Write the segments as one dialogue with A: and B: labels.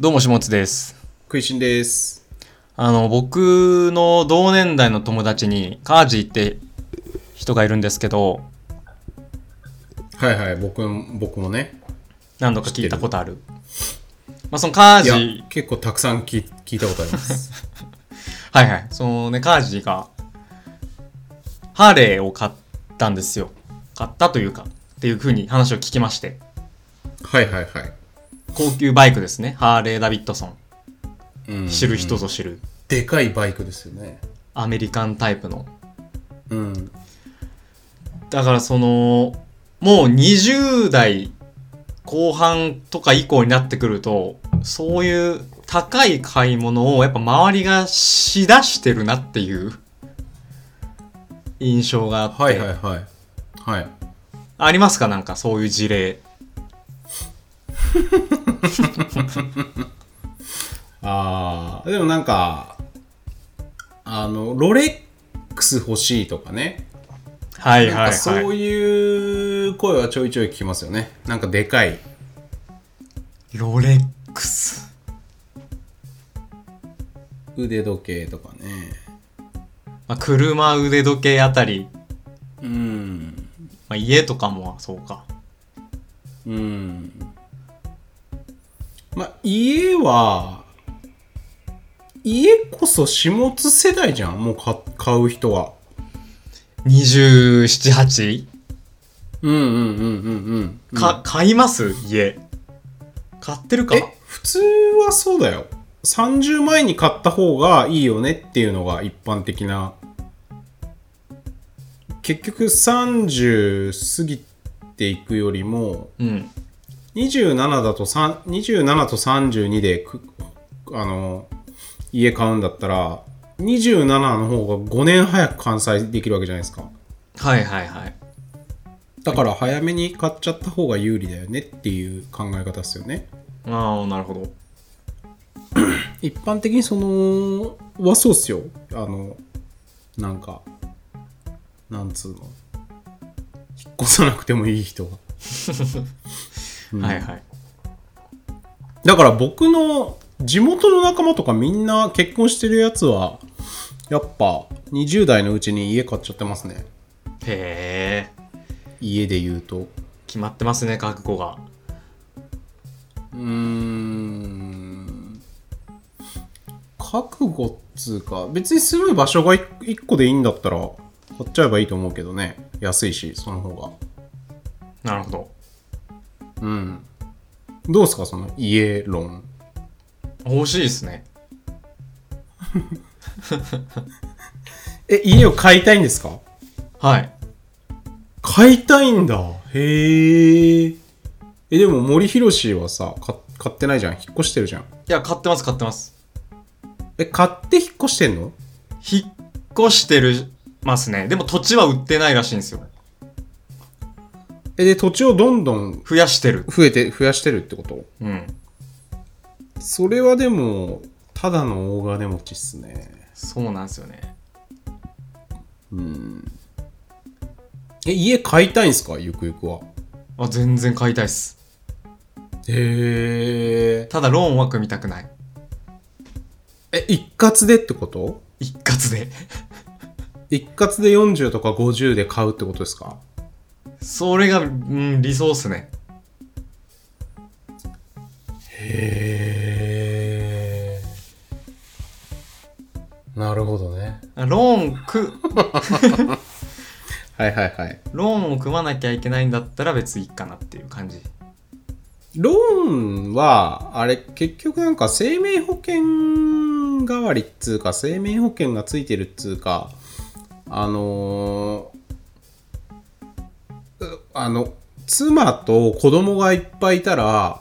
A: どうも、しもつです。
B: 食いしんです。
A: あの、僕の同年代の友達に、カージーって人がいるんですけど、
B: はいはい、僕も僕もね。
A: 何度か聞いたことある。まあ、そのカー
B: い
A: ジ
B: や
A: ー、、
B: 結構たくさん聞い聞いたことあり ます。
A: はいはい、そのね、カージーが、ハーレーを買ったんですよ。買ったというか、っていうふうに話を聞きまして。
B: はいはいはい。
A: 高級バイクですね。ハーレー・ダビッドソン。
B: うん
A: 知る人ぞ知る。
B: でかいバイクですよね。
A: アメリカンタイプの。
B: うん。
A: だからそのもう20代後半とか以降になってくるとそういう高い買い物をやっぱ周りがしだしてるなっていう印象があって、
B: はいはいはい。はい。
A: ありますかなんかそういう事例
B: ああ、でもなんか、あの、ロレックス欲しいとかね。
A: はい
B: な
A: は
B: ん
A: い
B: かそ
A: は
B: ういう声はちょいちょい聞きますよね。なんかでかい。
A: いロレックス
B: 腕時計とかね。
A: まあ車腕時計あたり、
B: うん。
A: まあ、家とかもそうか
B: うん。まあ、家は、家こそ下津世代じゃん、もう買買う人は。
A: 278
B: うんうんうんうんうん。
A: か、買います家買ってるか
B: え、普通はそうだよ。30万円に買った方がいいよねっていうのが一般的な。結局30過ぎていくよりも、
A: うん
B: 27だと3 27と32でくあの家買うんだったら27の方が5年早く完済できるわけじゃないですか
A: はいはいはい
B: だから早めに買っちゃった方が有利だよねっていう考え方ですよね
A: ああなるほど
B: 一般的にそのはそうっすよあのなんかなんつうの引っ越さなくてもいい人が
A: はいはい。
B: だから僕の地元の仲間とかみんな結婚してるやつはやっぱ20代のうちに家買っちゃってますね
A: へえ、
B: 家で言うと
A: 決まってますね、覚悟が。
B: うーん覚悟っつうか別に住む場所が1個でいいんだったら買っちゃえばいいと思うけどね安いしその方
A: なるほど。
B: がうんどうですかその家論
A: 欲しいですね。
B: え家を買いたいんですか
A: はい。
B: 買いたいんだへええでも森博氏はさか買ってないじゃん引っ越してるじゃん
A: いや、買ってます、買ってます。
B: え買って引っ越してんの
A: 引っ越してる、ますね。でも土地は売ってないらしいんですよ。
B: えで土地をどんどん
A: 増やしてる。
B: 増えて増やしてるってこと
A: うん。
B: それはでもただの大金持ちっすね
A: そうなんですよね。
B: うんえ家買いたいんすかゆくゆくは
A: あ、全然買いたいっす。
B: へえ
A: ただローンは組みたくない。
B: え一括でってこと
A: 一括で。
B: 一括で40とか50で買うってことですか
A: それが、うん、理想っすね。
B: へえなるほどね
A: ローンく、
B: はいはいはい
A: ローンを組まなきゃいけないんだったら別にいいかなっていう感じ。
B: ローンはあれ結局なんか生命保険代わりっつうか生命保険がついてるっつうかあのーうあの妻と子供がいっぱいいたら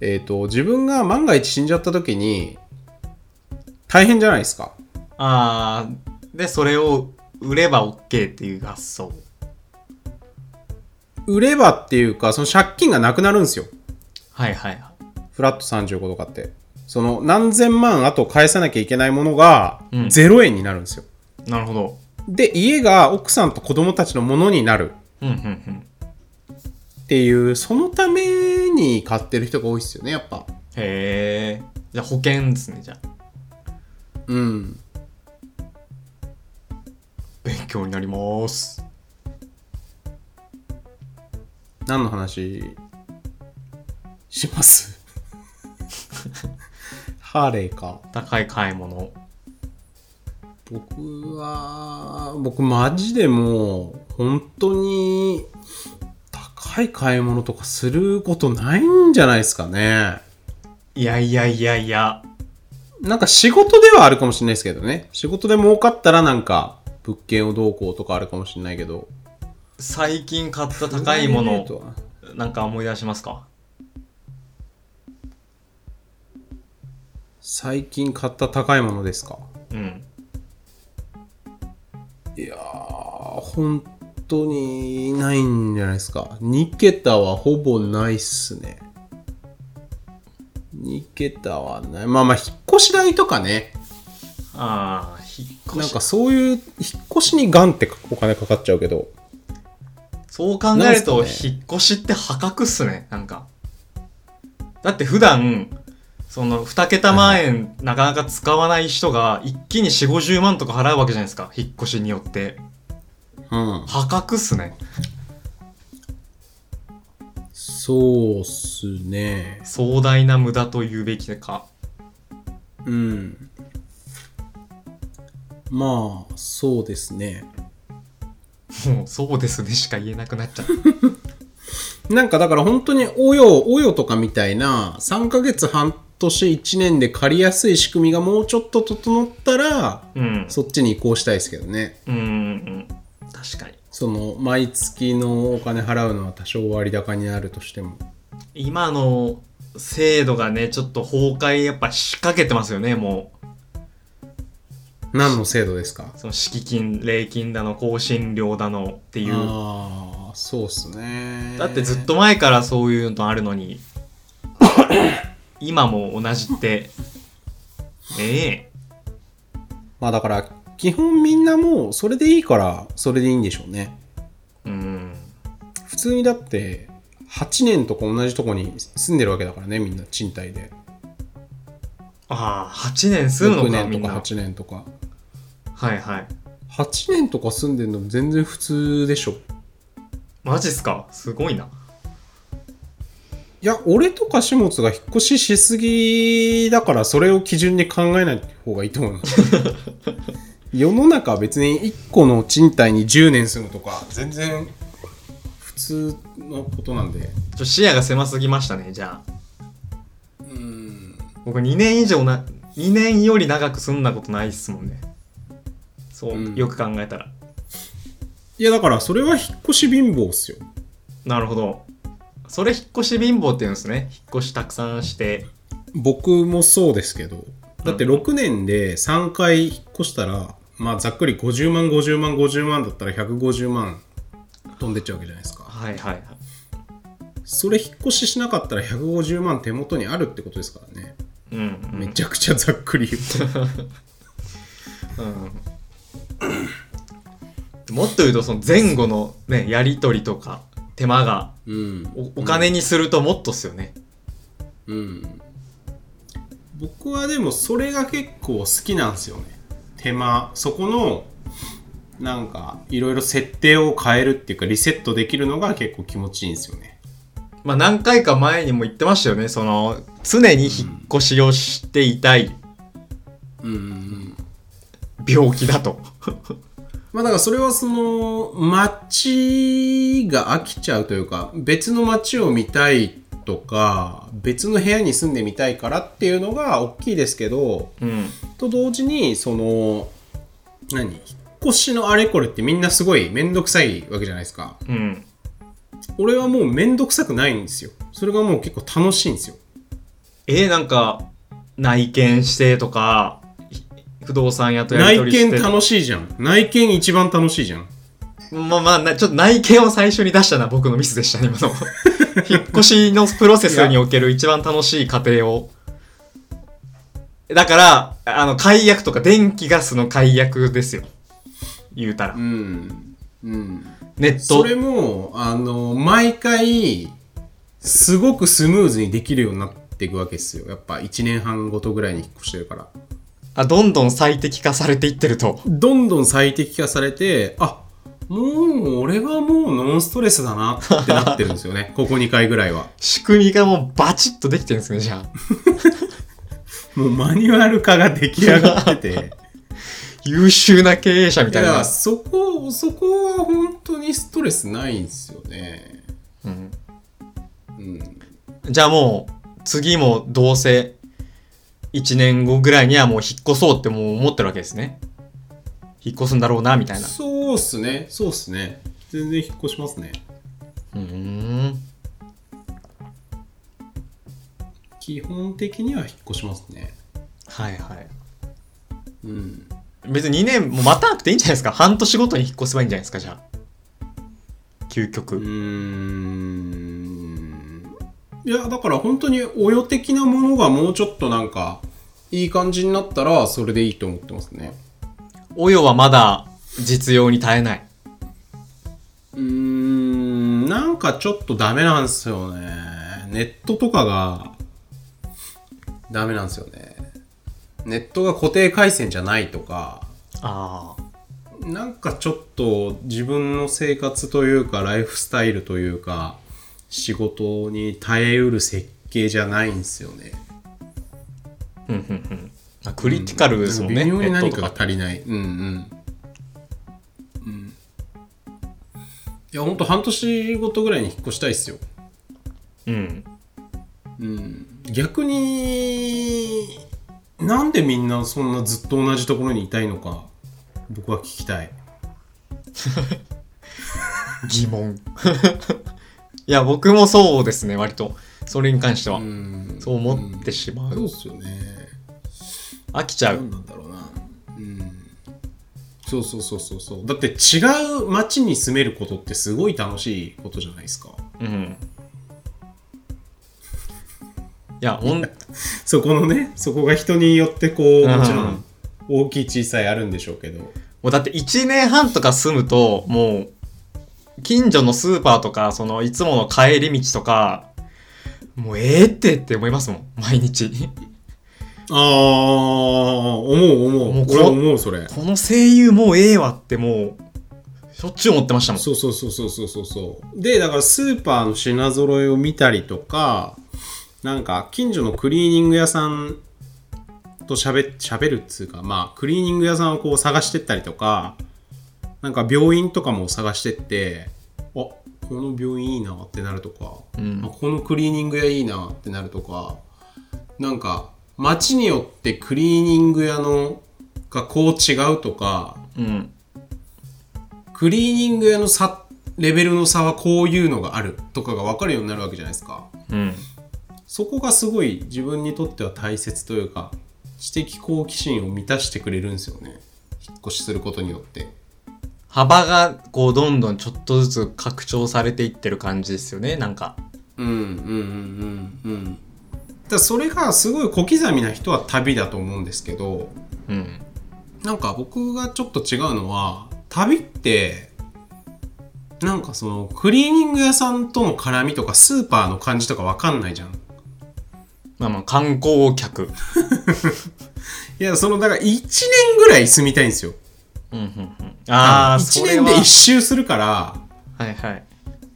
B: えっ、と自分が万が一死んじゃった時に大変じゃないですか
A: あーでそれを売れば OK っていう発想
B: 売ればっていうかその借金がなくなるんですよ
A: はいはい
B: フラット35とかってその何千万あと返さなきゃいけないものが
A: うん
B: 0円になるんですよ、
A: なるほど
B: で家が奥さんと子供たちのものになる
A: うんうんうん
B: っていうそのために買ってる人が多いですよねやっぱ
A: へえじゃあ保険ですねじゃあ
B: うん
A: 勉強になります
B: 何の話します ハーレーか
A: 高い買い物
B: 僕は僕マジでもう本当に高い買い物とかすることないんじゃないですかね
A: いやいやいやいや
B: なんか仕事ではあるかもしれないですけどね仕事で儲かったらなんか物件をどうこうとかあるかもしれないけど
A: 最近買った高いも
B: プライベート
A: の
B: は
A: なんか思い出しますか
B: 最近買った高いものですか
A: うん
B: いやー、本当にないんじゃないですか。2桁はほぼないっすね。2桁はない。まあまあ、引っ越し代とかね。
A: ああ引っ
B: な
A: 越
B: ん
A: し
B: かそういう、引っ越しにガンってお金かかっちゃうけど。
A: そう考えると、
B: なんすかね
A: 引っ越しって破格っすね、なんか。だって普段、その2桁万円なかなか使わない人が一気に4、50万とか払うわけじゃないですか、引っ越しによって。
B: うん。
A: 破格っすね。
B: そうっすね。
A: 壮大な無駄と言うべきか。
B: うん。まあ、そうですね。
A: もうそうですねしか言えなくなっちゃった。
B: なんかだから本当におよ、およとかみたいな、3ヶ月半年1年で借りやすい仕組みがもうちょっと整ったら、
A: うん。
B: そっちに移行したいですけどね。
A: うんうんうん。確かに。
B: その、毎月のお金払うのは多少割高になるとしても。
A: 今の制度がね、ちょっと崩壊やっぱ仕掛けてますよね、もう。
B: 何の制度ですか
A: その敷金、礼金だの、更新料だのっていう。
B: ああ、そうっすね。
A: だってずっ。と前からそういうのあるのに 今も同じってねえ
B: まあだから、基本みんなもう、それでいいから、それでいいんでしょうね。
A: うん
B: 普通にだって、8年とか同じとこに住んでるわけだからね、みんな賃貸で。
A: ああ8年住むの
B: 6
A: か
B: 年
A: みん
B: とか
A: な
B: 8年とか。
A: はいはい
B: 8年とか住んでるの全然普通でしょ
A: マジっすかすごいない
B: や俺とか始末が引っ越ししすぎだからそれを基準に考えない方がいいと思い ます世の中は別に1個の賃貸に10年住むとか全然普通のことなんで
A: ちょ視野が狭すぎましたねじゃあ
B: うん
A: 僕2年以上な2年より長く住んだことないっすもんねそう、
B: うん
A: よく考えたら
B: いやだからそれは引っ越し貧乏っすよ
A: なるほどそれ引っ越し貧乏って言うんですね引っ越したくさんして
B: 僕もそうですけどだって6年で3回引っ越したらまあざっくり50万50万50万だったら150万飛んでっちゃうわけじゃないですか
A: はいはいはい
B: それ引っ越ししなかったら150万手元にあるってことですからね
A: うん、うん、
B: めちゃくちゃざっくり言って
A: うん、もっと言うとその前後の、ね、やり取りとか手間が
B: うん
A: おお金にするともっとっすよね、
B: うん僕はでもそれが結構好きなんですよね手間そこのなんかいろいろ設定を変えるっていうかリセットできるのが結構気持ちいいんですよね
A: まあ、何回か前にも言ってましたよねその常に引っ越しをしていたい
B: うんうんうん
A: 病気だと
B: まあだからそれはその街が飽きちゃうというか別の街を見たいとか別の部屋に住んでみたいからっていうのが大きいですけど
A: うん
B: と同時にその何引っ越しのあれこれってみんなすごい面倒くさいわけじゃないですか
A: うん
B: 俺はもう面倒くさくないんですよそれがもう結構楽しいんですよ
A: えー、なんか内見してとかひ不動産屋とやり
B: 内
A: 取りして
B: 見楽しいじゃん内見一番楽しいじゃん
A: まあまあなちょっと内見を最初に出したのは僕のミスでしたね今 の引っ越しのプロセスにおける一番楽しい過程をだからあの解約とか電気ガスの解約ですよ言うたら
B: うんうん
A: ネッ
B: そ
A: ト
B: れもあの毎回すごくスムーズにできるようになっっていくわけですよ。やっぱ1年半ごとぐらいに引っ越してるから。
A: あ、どんどん最適化されていってると。
B: どんどん最適化されて、あもう俺はもうノンストレスだなってなってるんですよね。ここ2回ぐらいは。
A: 仕組みがもうバチッとできてるんですね、じゃあ。
B: もうマニュアル化が出来上がってて。
A: 優秀な経営者み
B: い
A: たいな
B: や、。そこ、そこは本当にストレスないんですよね。
A: うん、
B: うん。
A: じゃあもう、次もどうせ、1年後ぐらいにはもう引っ越そうってもう思ってるわけですね。引っ越すんだろうな、みたいな。
B: そうっすね。そうっすね。全然引っ越しますね。
A: うーん。
B: 基本的には引っ越しますね。
A: はいはい。
B: うん。
A: 別に2年も待たなくていいんじゃないですか半年ごとに引っ越せばいいんじゃないですかじゃあ究極、
B: うーん。いや、だから本当におよ的なものがもうちょっとなんか、いい感じになったら、それでいいと思ってますね。
A: およはまだ実用に耐えないう
B: ーん、なんかちょっとダメなんですよね。ネットとかが、ダメなんですよね。ネットが固定回線じゃないとか、
A: ああ
B: なんかちょっと自分の生活というかライフスタイルというか仕事に耐えうる設計じゃないんですよね。
A: うんうんうんあクリティカルですもんね、
B: 微妙に
A: ネッ
B: 何
A: トと
B: かが
A: か
B: 足りない。うんうん。うん、いやほんと半年ごとぐらいに引っ越したいっすよ。
A: うん
B: うん、逆になんでみんなそんなずっと同じところにいたいのか僕は聞きたい。
A: 疑問 いや僕もそうですね割とそれに関しては、
B: うん
A: そう思ってしまう、
B: そうっすよね。
A: 飽きちゃう
B: 何なんだろうなうんそうそうそうそうそうだって違う町に住めることってすごい楽しいことじゃないですか
A: うんいやほん
B: そこのねそこが人によってこう
A: うん
B: もちろん大きい小さいあるんでしょうけど
A: もうだって1年半とか住むと、もう、近所のスーパーとか、その、いつもの帰り道とか、もうええってって思いますもん、毎日。
B: ああ思う思
A: もう
B: う
A: こ
B: 俺思うそれ
A: この声優もうええわってもう、しょっちゅう思ってましたもん。
B: そうそうそうそうそうそうそうでだからスーパーの品揃えを見たりとかなんか近所のクリーニング屋さんとしゃべるっつうかまあクリーニング屋さんをこう探してったりとかなんか病院とかも探してってあこの病院いいなってなるとか、
A: うん
B: あこのクリーニング屋いいなってなるとかなんか街によってクリーニング屋のがこう違うとか
A: うん。
B: クリーニング屋の差レベルの差はこういうのがあるとかが分かるようになるわけじゃないですか
A: うん。
B: そこがすごい自分にとっては大切というか知的好奇心を満たしてくれるんですよね引っ越しすることによって
A: 幅が、こう、どんどんちょっとずつ拡張されていってる感じですよね、なんか。
B: うんうんうんうんうんだからそれがすごい小刻みな人は旅だと思うんですけど
A: うん。
B: なんか僕がちょっと違うのは旅ってなんかそのクリーニング屋さんとの絡みとかスーパーの感じとか分かんないじゃん
A: まあまあ、観光客。
B: いや、その、だから1年ぐらい住みたいんですよ。
A: うん、うん、うん。ああ、
B: 1
A: それ
B: 年
A: は。
B: で一周するから、
A: はいはい。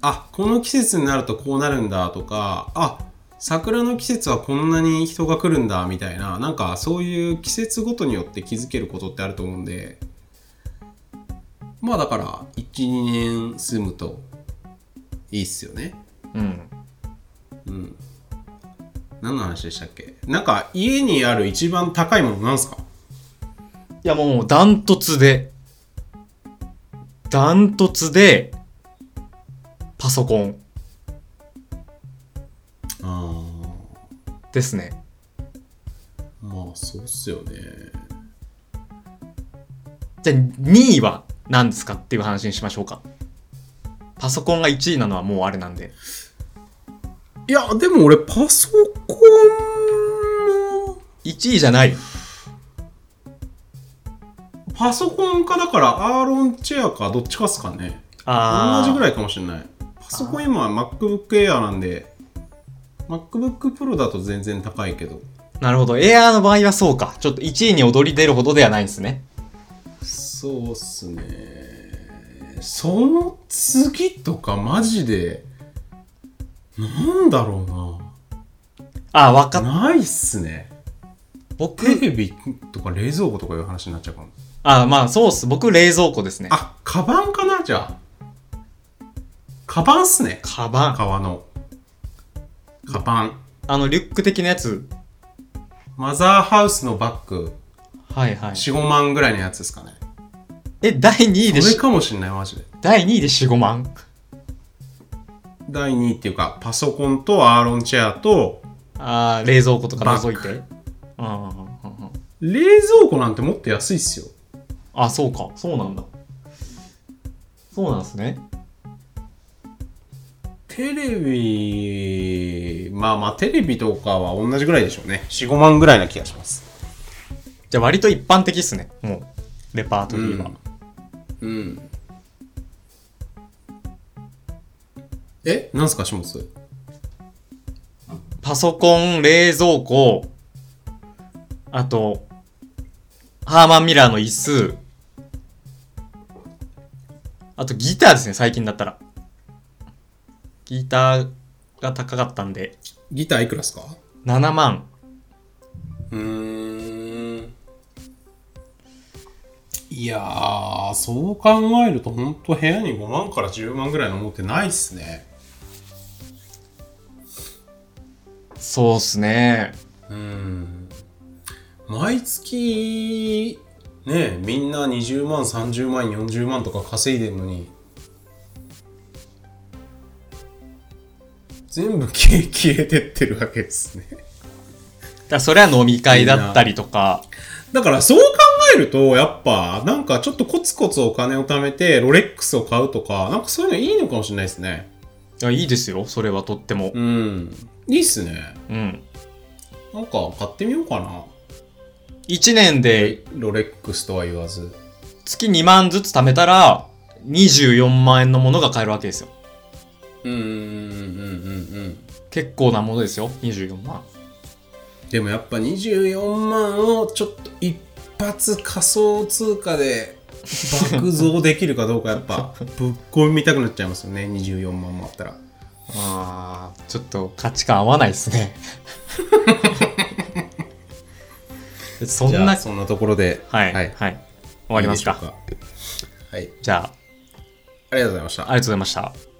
B: あ、この季節になるとこうなるんだとか、あ、桜の季節はこんなに人が来るんだみたいな、なんかそういう季節ごとによって気づけることってあると思うんで、まあだから、1、2年住むといいっすよね。
A: うん。
B: うん。何の話でしたっけなんか家にある一番高いものなんすか
A: いやもうダントツで、ダントツで、パソコン
B: ああ。
A: ですね。
B: まあそうっすよね。
A: じゃあ2位は何ですかっていう話にしましょうか。パソコンが1位なのはもうあれなんで。
B: いや、でも俺、パソコンも、
A: 1位じゃない。
B: パソコンかだから、アーロンチェアか、どっちかっすかね。同
A: あー
B: じぐらいかもしれない。パソコン今、MacBook Air なんで、 MacBook Pro だと全然高いけど。
A: なるほど。エアーの場合はそうか。ちょっと1位に躍り出るほどではないんですね。
B: そうっすね。その次とかマジで、なんだろ
A: あ、わか
B: う
A: っ
B: な。ないっすね。
A: 僕、
B: テレビとか冷蔵庫とかいう話になっちゃうかも。
A: あ、まあそうっす。僕、冷蔵庫ですね。
B: あ、カバンかなじゃあ。カバンっすね。
A: カバン。
B: 革の。カバン。
A: あの、リュック的なやつ。
B: マザーハウスのバッグ、
A: はいはい。
B: 4、5万ぐらいのやつですかね。
A: え、第2位で
B: それ
A: し、
B: かもしんない、マジで。
A: 第2位で4、5万
B: 第2位っていうか、パソコンとアーロンチェアと、
A: あー冷蔵庫とか覗いて。
B: バ
A: うん
B: ッグ
A: うんうんうん。
B: 冷蔵庫なんてもっと安いっすよ。
A: あ、そうか。そうなんだ。そうなんですね。
B: テレビ、まあまあテレビとかは同じぐらいでしょうね。4、5万ぐらいな気がします。
A: じゃあ割と一般的っすね。もう、レパートリーは。
B: うん。えなんすか、下津。
A: パソコン、冷蔵庫、あと、ハーマンミラーの椅子、あとギターですね、最近だったら。ギターが高かったんで、
B: ギターいくらっすか
A: 7万。
B: うーんいやー、そう考えると、ほんと部屋に5万から10万ぐらいのものってないっすね。
A: そうっすね。
B: うん。毎月、ねえ、みんな20万、30万、40万とか稼いでるのに、全部 消え消えてってるわけですね。
A: だからそれは飲み会だったりとか、
B: だからそう考えると、やっぱ、なんかちょっとコツコツお金を貯めて、ロレックスを買うとか、なんかそういうのいいのかもしれないですね。
A: いやいいですよ、それはとっても。
B: うん。いいっすね。
A: うん。
B: なんか買ってみようかな。
A: 1年で
B: ロレックスとは言わず。
A: 月2万ずつ貯めたら、24万円のものが買えるわけですよ。
B: うんうんうんうん
A: 結構なものですよ、24万。
B: うん。でもやっぱ24万をちょっと一発仮想通貨で爆増できるかどうかやっ ぱぶっ込みたくなっちゃいますよね。24万もあったら。
A: あーちょっと価値観合わないです ねそん
B: じゃ
A: な
B: あそんなところで。
A: はいは、
B: はいい。
A: 終わりますか
B: いいでしょうかはい。
A: じゃあ
B: ありがとうございました。
A: ありがとうございました